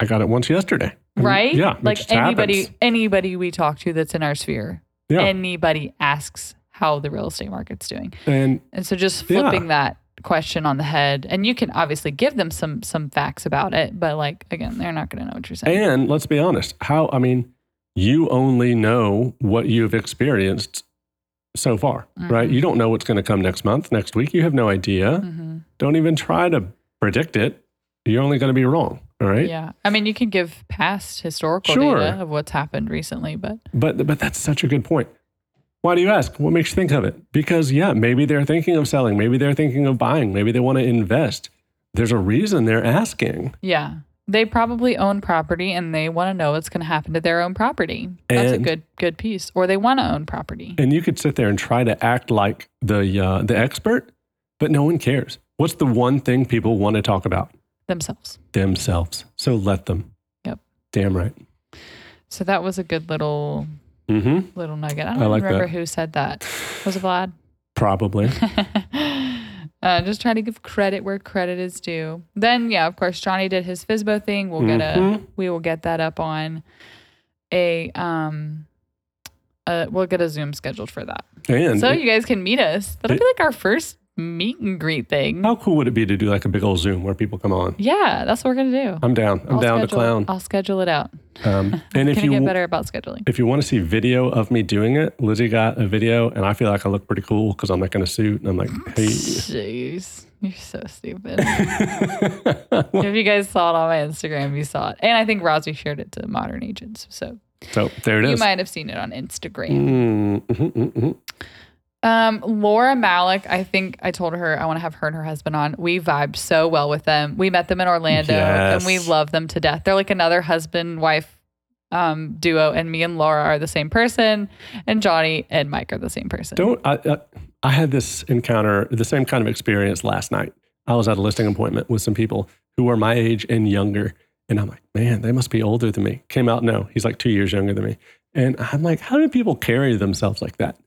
Speaker 2: I got it once yesterday. I mean,
Speaker 1: Right?
Speaker 2: Mm, Yeah. it
Speaker 1: Like
Speaker 2: just
Speaker 1: anybody
Speaker 2: happens.
Speaker 1: anybody we talk to that's in our sphere,
Speaker 2: Yeah. And,
Speaker 1: anybody asks how the real estate market's doing. And so just flipping that question on the head and you can obviously give them some some facts about it, but like again, they're not going to know what you're saying.
Speaker 2: and let's be honest. How I mean, you only know what you've experienced so far,
Speaker 1: Mm-hmm.
Speaker 2: right? You don't know what's going to come next month, next week. You have no idea.
Speaker 1: Mhm.
Speaker 2: Don't even try to predict it. You're only going to be wrong. All right.
Speaker 1: Yeah. I mean, you can give past historical
Speaker 2: Sure.
Speaker 1: data of what's happened recently, but
Speaker 2: But but that's such a good point. Why do you ask? What makes you think of it? Because yeah, maybe they're thinking of selling, maybe they're thinking of buying, maybe they want to invest. There's a reason they're asking.
Speaker 1: yeah, they probably own property and they want to know what's going to happen to their own property. That's a
Speaker 2: And-
Speaker 1: good good piece. Or they want to own property.
Speaker 2: And you could sit there and try to act like the uh, the expert, but no one cares. What's the one thing people want to talk about?
Speaker 1: themselves.
Speaker 2: Themselves. So let them.
Speaker 1: Yep.
Speaker 2: Damn right.
Speaker 1: So that was a good little
Speaker 2: Mm-hmm.
Speaker 1: little nugget. I
Speaker 2: I
Speaker 1: don't
Speaker 2: like
Speaker 1: remember
Speaker 2: that.
Speaker 1: who said that. Was it Vlad?
Speaker 2: Probably.
Speaker 1: uh, just trying to give credit where credit is due. Then, yeah, of course, Johnny did his Fizbo thing. We'll get a
Speaker 2: Mhm.
Speaker 1: we will get that up on a um uh we'll get a Zoom scheduled for that,
Speaker 2: And
Speaker 1: so you guys can meet us. That'll
Speaker 2: it-
Speaker 1: be like our first meet and greet thing.
Speaker 2: how cool would it be to do like a big old Zoom where people come on?
Speaker 1: Yeah, that's what we're gonna do.
Speaker 2: I'm down. I'm
Speaker 1: I'll
Speaker 2: down to
Speaker 1: schedule-
Speaker 2: clown.
Speaker 1: I'll schedule it out.
Speaker 2: Um, and if
Speaker 1: Can I
Speaker 2: you
Speaker 1: get
Speaker 2: w-
Speaker 1: better about scheduling?
Speaker 2: If you want to see video of me doing it, Lizzie got a video, and I feel like I look pretty cool because I'm like in a suit, and I'm like, hey,
Speaker 1: Jeez, you're so stupid. if you guys saw it on my Instagram, you saw it. And I think Rosy shared it to Modern Agents. So
Speaker 2: so there it
Speaker 1: you
Speaker 2: is.
Speaker 1: might have seen it on Instagram.
Speaker 2: Mm, mhm, mhm, mhm.
Speaker 1: Um, Laura Malik, I think I told her I want to have her and her husband on. We vibed so well with them. We met them in Orlando and we
Speaker 2: Yes.
Speaker 1: love them to death. They're like another husband wife um, duo, and me and Laura are the same person, and Johnny and Mike are the same person.
Speaker 2: Don't I, I? I had this encounter, the same kind of experience last night. I was at a listing appointment with some people who are my age and younger, and I'm like, man, they must be older than me. Came out, no, he's like two years younger than me, and I'm like, how do people carry themselves like that?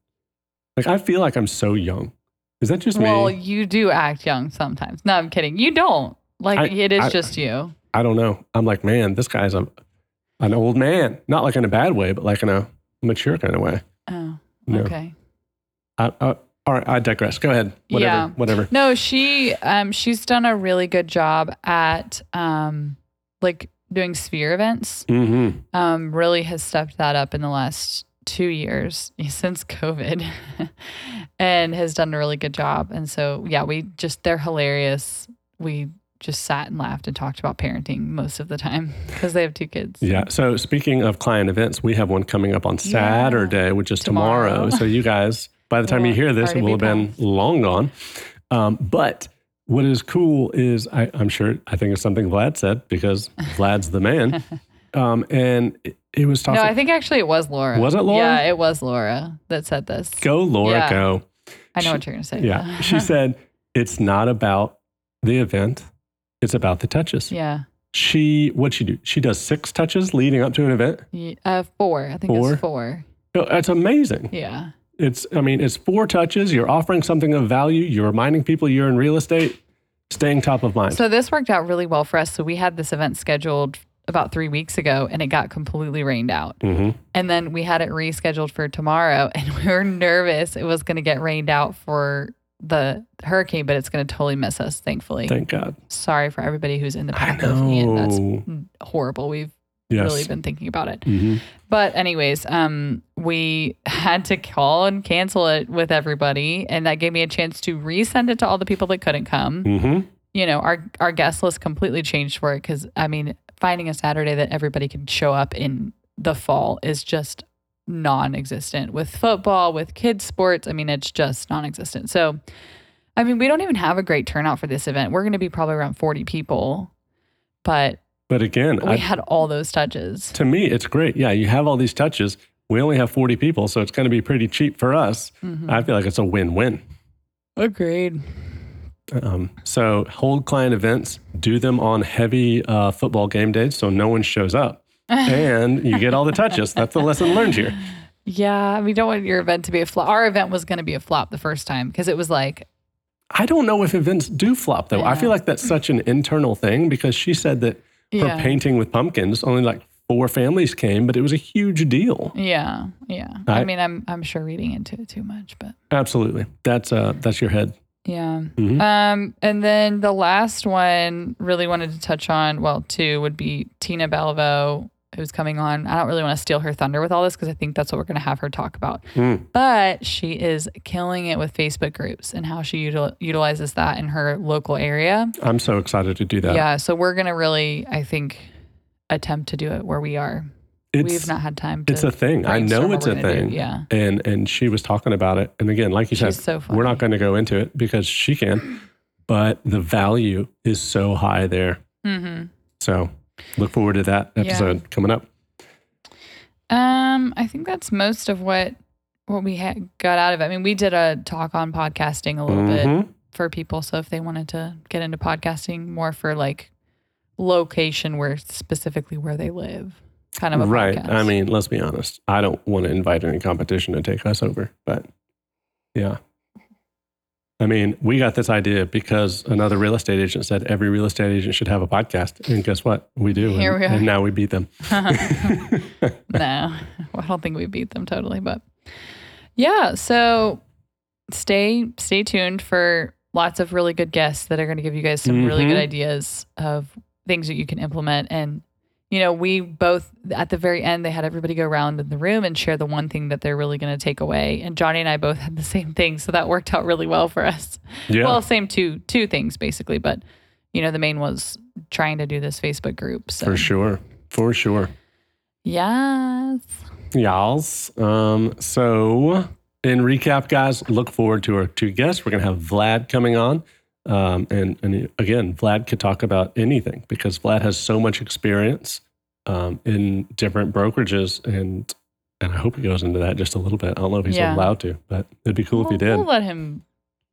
Speaker 2: Like, I feel like I'm so young. Is that just
Speaker 1: well,
Speaker 2: me?
Speaker 1: you do act young sometimes. No, I'm kidding. You don't. Like
Speaker 2: I-
Speaker 1: it is
Speaker 2: I-
Speaker 1: just you.
Speaker 2: I don't know. I'm like, man, this guy's a an old man. Not like in a bad way, but like in a mature kind of way.
Speaker 1: Oh,
Speaker 2: No.
Speaker 1: okay.
Speaker 2: I, I, all right, I digress. Go ahead. Whatever.
Speaker 1: Yeah.
Speaker 2: Whatever.
Speaker 1: No, she um she's done a really good job at um like doing sphere events.
Speaker 2: Mm-hmm.
Speaker 1: Um really has stepped that up in the last 2 years since COVID and has done a really good job. And so yeah, we just they're hilarious. We just sat and laughed and talked about parenting most of the time because they have two kids.
Speaker 2: Yeah. So speaking of client events, we have one coming up on Saturday, which is tomorrow.
Speaker 1: Tomorrow.
Speaker 2: So you guys, by the time you
Speaker 1: Will
Speaker 2: hear this, it
Speaker 1: already
Speaker 2: will have
Speaker 1: be
Speaker 2: been long gone. Um, but what is cool is I, I'm sure I think it's something Vlad said because Vlad's the man. Um, and it, it was talking.
Speaker 1: No, I think actually it was Laura.
Speaker 2: Was it Laura?
Speaker 1: Yeah, it was Laura that said this.
Speaker 2: go Laura,
Speaker 1: Yeah.
Speaker 2: go.
Speaker 1: I know what you're going to say.
Speaker 2: Yeah. she said it's not about the event; it's about the touches.
Speaker 1: yeah.
Speaker 2: She what she do? She does six touches leading up to an event.
Speaker 1: Ye- Uh, four. I think
Speaker 2: Four?
Speaker 1: it's four.
Speaker 2: Oh, That's amazing.
Speaker 1: Yeah.
Speaker 2: It's I mean, it's four touches. You're offering something of value. You're reminding people you're in real estate, staying top of mind.
Speaker 1: So this worked out really well for us. So we had this event scheduled about three weeks ago and it got completely rained out.
Speaker 2: Mhm.
Speaker 1: And then we had it rescheduled for tomorrow and we were nervous it was going to get rained out for the hurricane, but it's going to totally miss us, thankfully.
Speaker 2: Thank God.
Speaker 1: Sorry for everybody who's in the
Speaker 2: I
Speaker 1: path of Ian. That's
Speaker 2: know.
Speaker 1: horrible. We've
Speaker 2: Yes.
Speaker 1: really been thinking about it.
Speaker 2: Mhm.
Speaker 1: But anyways, um, we had to call and cancel it with everybody, and that gave me a chance to resend it to all the people that couldn't come.
Speaker 2: Mhm.
Speaker 1: You know, our our guest list completely changed for it because I mean, finding a Saturday that everybody can show up in the fall is just non-existent with football, with kids sports. I mean, it's just non-existent. So, I mean, we don't even have a great turnout for this event. We're going to be probably around forty people, but
Speaker 2: But again,
Speaker 1: we
Speaker 2: I,
Speaker 1: had all those touches.
Speaker 2: to me, it's great. Yeah, you have all these touches. We only have 40 people, so it's going to be pretty cheap for us.
Speaker 1: Mm-hmm.
Speaker 2: I feel like it's a win-win.
Speaker 1: Agreed.
Speaker 2: Um, so hold client events, do them on heavy uh, football game days, so no one shows up, and you get all the touches. That's the lesson learned here.
Speaker 1: Yeah, we don't want your event to be a flop. Our event was going to be a flop the first time because it was like,
Speaker 2: I don't know if events do flop though. I
Speaker 1: Yeah.
Speaker 2: feel like that's such an internal thing because she said that
Speaker 1: Yeah.
Speaker 2: her painting with pumpkins only like four families came, but it was a huge deal.
Speaker 1: yeah, yeah. I,
Speaker 2: I-
Speaker 1: mean, I'm I'm sure reading into it too much, but
Speaker 2: Absolutely, that's uh that's your head.
Speaker 1: yeah.
Speaker 2: Mhm.
Speaker 1: Um, and then the last one really wanted to touch on, well, two would be Tina Balvo, who's coming on. I don't really want to steal her thunder with all this because I think that's what we're going to have her talk about.
Speaker 2: Mm.
Speaker 1: But she is killing it with Facebook groups and how she util- utilizes that in her local area.
Speaker 2: I'm so excited to do that.
Speaker 1: Yeah, so we're gonna really, I think, attempt to do it where we are.
Speaker 2: it's
Speaker 1: We've not had time. To
Speaker 2: it's a thing. I
Speaker 1: brainstorm
Speaker 2: know
Speaker 1: what
Speaker 2: it's
Speaker 1: we're
Speaker 2: a
Speaker 1: gonna do.
Speaker 2: thing.
Speaker 1: Yeah,
Speaker 2: And and she was talking about it. And again, like you said,
Speaker 1: she's so funny.
Speaker 2: we're not going to go into it because she can, but the value is so high there.
Speaker 1: Mhm.
Speaker 2: So look forward to that
Speaker 1: Yeah.
Speaker 2: episode coming up.
Speaker 1: Um, I think that's most of what what we had got out of it. I mean, we did a talk on podcasting a little bit
Speaker 2: Mhm.
Speaker 1: for people. So if they wanted to get into podcasting more for like location where specifically where they live, kind of a
Speaker 2: right.
Speaker 1: podcast.
Speaker 2: I mean, let's be honest. I don't want to invite any competition to take us over, but yeah. I mean, we got this idea because another real estate agent said every real estate agent should have a podcast. And guess what? We do.
Speaker 1: Here
Speaker 2: and,
Speaker 1: we are.
Speaker 2: and now we beat them.
Speaker 1: no, I don't think we beat them totally, but yeah. So stay stay tuned for lots of really good guests that are going to give you guys some really good
Speaker 2: Mhm.
Speaker 1: ideas of things that you can implement. And you know, we both at the very end they had everybody go around in the room and share the one thing that they're really going to take away. And Johnny and I both had the same thing, so that worked out really well for us.
Speaker 2: Yeah.
Speaker 1: Well, same two two things basically, but you know, the main was trying to do this Facebook group. So
Speaker 2: for sure. For sure.
Speaker 1: yes.
Speaker 2: Y'alls. Um, so, in recap, guys, look forward to our two guests. We're going to have Vlad coming on. Um, and, and again, Vlad could talk about anything because Vlad has so much experience um, in different brokerages. And, and I hope he goes into that just a little bit. I don't know if he's
Speaker 1: Yeah.
Speaker 2: allowed to, but it'd be cool if he
Speaker 1: we'll,
Speaker 2: did.
Speaker 1: We'll let him.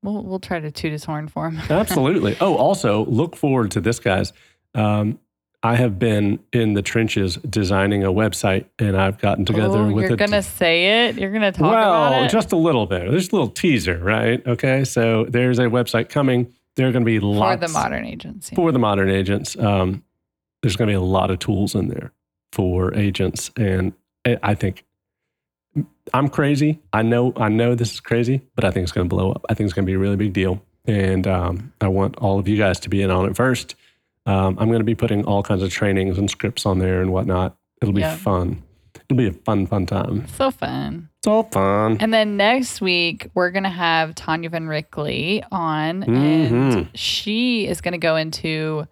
Speaker 1: We'll, we'll try to toot his horn for him.
Speaker 2: Absolutely. Oh, also look forward to this, guys. Um, I have been in the trenches designing a website, and I've gotten together
Speaker 1: Oh,
Speaker 2: with
Speaker 1: you're
Speaker 2: a
Speaker 1: gonna say it. You're gonna talk
Speaker 2: well,
Speaker 1: about it.
Speaker 2: just a little bit. There's a little teaser, right? Okay, so there's a website coming. There are going to be
Speaker 1: for
Speaker 2: lots
Speaker 1: the modern agency.
Speaker 2: for the modern agents. Um, there's going to be a lot of tools in there for agents. And I I think I'm crazy. I know. I know this is crazy, but I think it's going to blow up. I think it's going to be a really big deal, and um, I want all of you guys to be in on it first. Um, I'm going to be putting all kinds of trainings and scripts on there and whatnot. It'll be
Speaker 1: Yeah.
Speaker 2: fun. It'll be a fun, fun time.
Speaker 1: So fun.
Speaker 2: It's all fun.
Speaker 1: And then next week, we're going to have Tanya Van Rickley on,
Speaker 2: Mhm.
Speaker 1: and she is going to go into,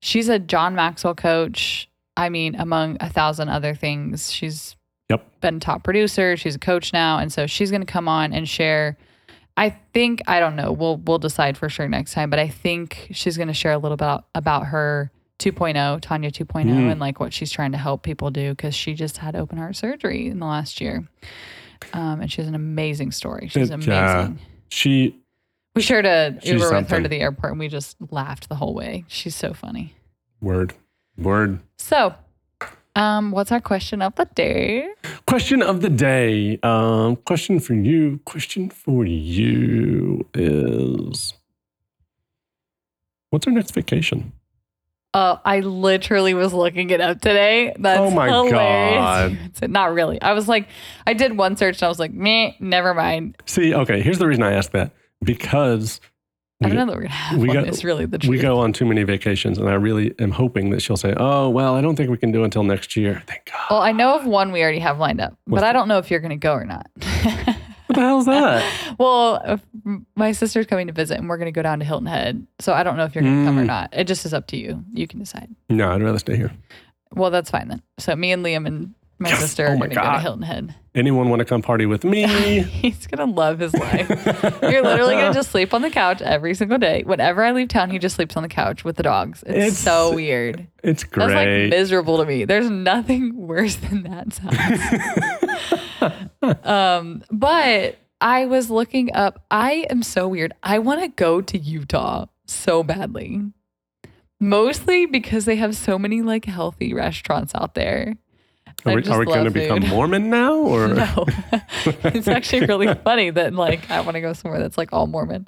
Speaker 1: she's a John Maxwell coach. I mean, among a thousand other things, she's
Speaker 2: Yep.
Speaker 1: been top producer. She's a coach now. And so she's going to come on and share. I think, I don't know, we'll, we'll decide for sure next time, but I think she's going to share a little bit about, about her 2.0, Tanya 2.0,
Speaker 2: Mm.
Speaker 1: and like what she's trying to help people do because she just had open heart surgery in the last year. Um, and she has an amazing story. She's
Speaker 2: It,
Speaker 1: amazing.
Speaker 2: uh, She
Speaker 1: we shared a
Speaker 2: she's
Speaker 1: Uber with her
Speaker 2: something.
Speaker 1: to the airport and we just laughed the whole way. She's so funny.
Speaker 2: word word
Speaker 1: So, um, what's our question of the day?
Speaker 2: Question of the day. Um, question for you. Question for you is what's our next vacation?
Speaker 1: Uh, I literally was looking it up today. That's
Speaker 2: Oh my
Speaker 1: hilarious.
Speaker 2: God.
Speaker 1: It's- Not really. I was like, I did one search and I was like, meh, never mind.
Speaker 2: See, okay, here's the reason I asked that because
Speaker 1: I
Speaker 2: We
Speaker 1: don't know that we're gonna have
Speaker 2: we
Speaker 1: one.
Speaker 2: got-
Speaker 1: it's really the truth.
Speaker 2: we go on too many vacations, and I really am hoping that she'll say, Oh, well, I don't think we can do until next year. Thank God.
Speaker 1: well, I know of one we already have lined up,
Speaker 2: What's
Speaker 1: but I don't know if you're gonna go or not.
Speaker 2: What the hell's that?
Speaker 1: well, if- my sister's coming to visit and we're gonna go down to Hilton Head, so I don't know if you're gonna come or
Speaker 2: Mm.
Speaker 1: not. It just is up to you. You can decide.
Speaker 2: no, I'd rather stay here.
Speaker 1: Well, that's fine then. So me and Liam and my
Speaker 2: Yes.
Speaker 1: sister
Speaker 2: Oh
Speaker 1: are
Speaker 2: my
Speaker 1: gonna go
Speaker 2: God.
Speaker 1: to Hilton Head.
Speaker 2: Anyone want to come party with me?
Speaker 1: He's gonna love his life. You're literally gonna just sleep on the couch every single day. Whenever I leave town, he just sleeps on the couch with the dogs. It's,
Speaker 2: It's
Speaker 1: so weird.
Speaker 2: It's
Speaker 1: That's like
Speaker 2: great.
Speaker 1: miserable to me. There's nothing worse than that sounds. um, but I was looking up. I am so weird. I want to go to Utah so badly, mostly because they have so many like healthy restaurants out there. I
Speaker 2: Are we,
Speaker 1: just
Speaker 2: are we going to
Speaker 1: love
Speaker 2: become
Speaker 1: food.
Speaker 2: Mormon now? Or
Speaker 1: No, it's actually really funny that like I want to go somewhere that's like all Mormon,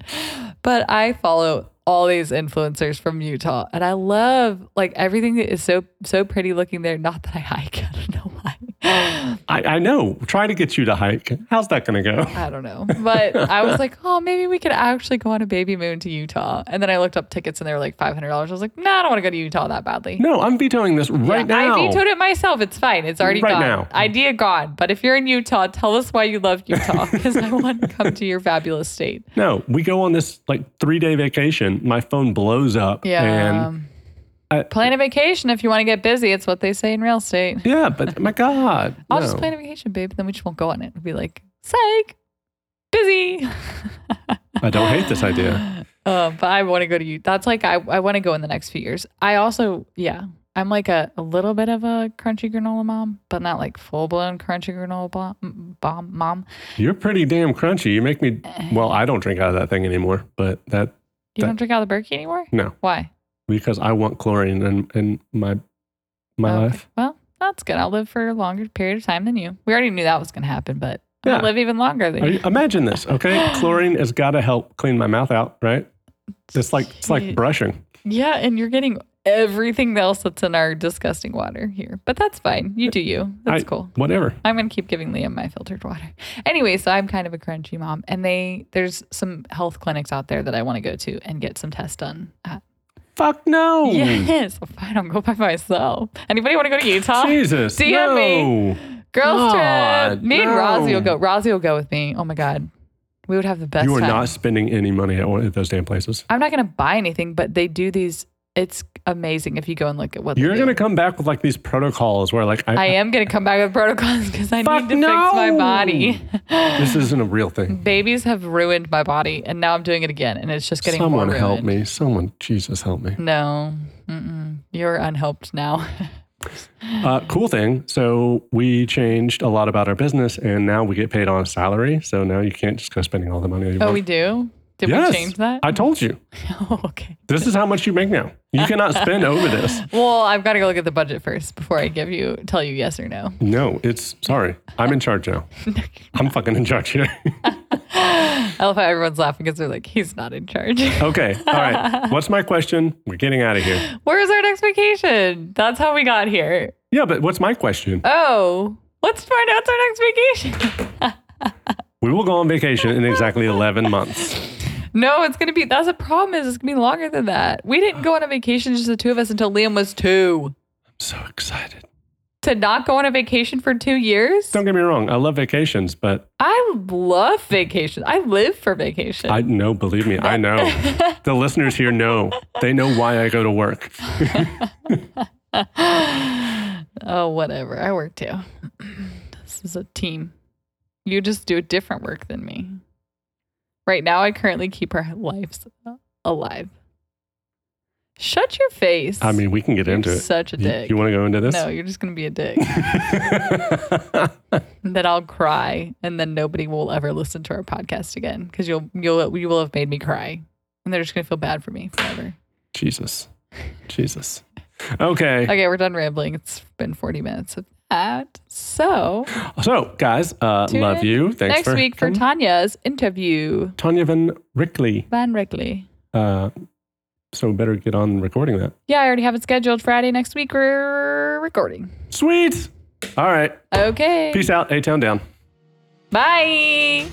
Speaker 1: but I follow all these influencers from Utah, and I love like everything that is so so pretty looking there. Not that I hike, I don't know why.
Speaker 2: I, I know. Try to get you to hike. How's that going to go?
Speaker 1: I don't know, but I was like, oh, maybe we could actually go on a baby moon to Utah, and then I looked up tickets and they were like five hundred dollars. I was like, no, I don't want to go to Utah that badly.
Speaker 2: No, I'm vetoing this right
Speaker 1: Yeah,
Speaker 2: now.
Speaker 1: I vetoed it myself. It's fine. It's already
Speaker 2: Right
Speaker 1: gone.
Speaker 2: now.
Speaker 1: Idea gone. But if you're in Utah, tell us why you love Utah because I want to come to your fabulous state.
Speaker 2: no, we go on this like three day vacation. My phone blows up.
Speaker 1: Yeah.
Speaker 2: And I-
Speaker 1: plan a vacation if you want to get busy. It's what they say in real estate.
Speaker 2: yeah, but my God.
Speaker 1: I'll just
Speaker 2: no.
Speaker 1: plan a vacation, babe. Then we just won't go on it. We'll be like, psych, busy.
Speaker 2: I don't hate this idea.
Speaker 1: Uh, but I want to go to you. That's like, I, I want to go in the next few years. I also, yeah, I'm like a, a little bit of a crunchy granola mom, but not like full blown crunchy granola bomb, bomb mom.
Speaker 2: You're pretty damn crunchy. You make me, well, I don't drink out of that thing anymore, but that,
Speaker 1: You
Speaker 2: That-
Speaker 1: don't drink out of the Berkey anymore?
Speaker 2: no,
Speaker 1: Why?
Speaker 2: because I want chlorine in, in my, my
Speaker 1: Okay.
Speaker 2: life.
Speaker 1: Well, that's good. I'll live for a longer period of time than you. We already knew that was going to happen, but
Speaker 2: Yeah.
Speaker 1: I'll live even longer than
Speaker 2: Are
Speaker 1: you.
Speaker 2: you, imagine this, okay? chlorine has got to help clean my mouth out, right? It's like, it's like
Speaker 1: Shit.
Speaker 2: brushing.
Speaker 1: Yeah, and you're getting everything else that's in our disgusting water here. But that's fine. You do you. That's
Speaker 2: I-
Speaker 1: cool.
Speaker 2: Whatever.
Speaker 1: I'm going to keep giving Liam my filtered water. Anyway, so I'm kind of a crunchy mom and they there's some health clinics out there that I want to go to and get some tests done. at.
Speaker 2: Fuck no.
Speaker 1: Yes, if I don't go by myself. Anybody want to go to Utah?
Speaker 2: Jesus.
Speaker 1: DM me.
Speaker 2: no.
Speaker 1: Girls
Speaker 2: God,
Speaker 1: trip. Me and
Speaker 2: no.
Speaker 1: Rosie will go. Rosie will go with me. Oh my god. We would have the best
Speaker 2: You are
Speaker 1: time.
Speaker 2: not spending any money at one of those damn places.
Speaker 1: I'm not going to buy anything, but they do these it's amazing if you go and look at what
Speaker 2: You're
Speaker 1: they do.
Speaker 2: gonna come back with like these protocols where like
Speaker 1: I
Speaker 2: I,
Speaker 1: am gonna come back with protocols because I
Speaker 2: Fuck
Speaker 1: need to fix my
Speaker 2: no.
Speaker 1: body.
Speaker 2: this isn't a real thing.
Speaker 1: Babies have ruined my body, and now I'm doing it again, and it's just getting
Speaker 2: Someone
Speaker 1: more
Speaker 2: help
Speaker 1: ruined.
Speaker 2: me. Someone, Jesus, help me.
Speaker 1: No, Mm-mm. you're unhelped now.
Speaker 2: Uh, cool thing. So we changed a lot about our business, and now we get paid on a salary. So now you can't just go spending all the money. You
Speaker 1: oh,
Speaker 2: want.
Speaker 1: we do. Did
Speaker 2: yes.
Speaker 1: we change that?
Speaker 2: I told you.
Speaker 1: oh, okay.
Speaker 2: This is how much you make now. You cannot spend over this.
Speaker 1: Well, I've got to go look at the budget first before I give you tell you yes or no.
Speaker 2: No, it's sorry. I'm in charge now. I'm fucking in charge here.
Speaker 1: I love how everyone's laughing because they're like, he's not in charge.
Speaker 2: okay. All right. What's my question? We're getting out of here.
Speaker 1: Where's our next vacation? That's how we got here.
Speaker 2: Yeah, but what's my question?
Speaker 1: Oh, let's find out our next vacation.
Speaker 2: We will go on vacation in exactly 11 months.
Speaker 1: no, it's gonna be. That's the problem. Is it's gonna be longer than that. We didn't go on a vacation just the two of us until Liam was two.
Speaker 2: I'm so excited.
Speaker 1: To not go on a vacation for two years.
Speaker 2: Don't get me wrong. I love vacations, but
Speaker 1: I love vacation. I live for vacation.
Speaker 2: I know, believe me, I know. The listeners here know. They know why I go to work.
Speaker 1: oh, whatever. I work too. this is a team. You just do different work than me. Right now, I currently keep our lives alive. Shut your face.
Speaker 2: I mean, we can get into
Speaker 1: You're
Speaker 2: it.
Speaker 1: such a
Speaker 2: You-
Speaker 1: dick.
Speaker 2: You, want to go into this?
Speaker 1: no, you're just gonna be a dick. And then I'll cry, and then nobody will ever listen to our podcast again because you'll you'll you will have made me cry, and they're just gonna feel bad for me forever.
Speaker 2: Jesus. Jesus. Okay.
Speaker 1: Okay, we're done rambling. It's been 40 minutes of that. So
Speaker 2: So, guys, uh,
Speaker 1: Tune
Speaker 2: love
Speaker 1: in
Speaker 2: you. Thanks
Speaker 1: next
Speaker 2: for
Speaker 1: week for
Speaker 2: coming.
Speaker 1: Tanya's interview,
Speaker 2: Tanya Van Rickley.
Speaker 1: Van Reckley.
Speaker 2: Uh, so we better get on recording that.
Speaker 1: Yeah, I already have it scheduled. Friday next week, we're recording.
Speaker 2: Sweet. All right.
Speaker 1: Okay.
Speaker 2: Peace out. A Town Down.
Speaker 1: Bye.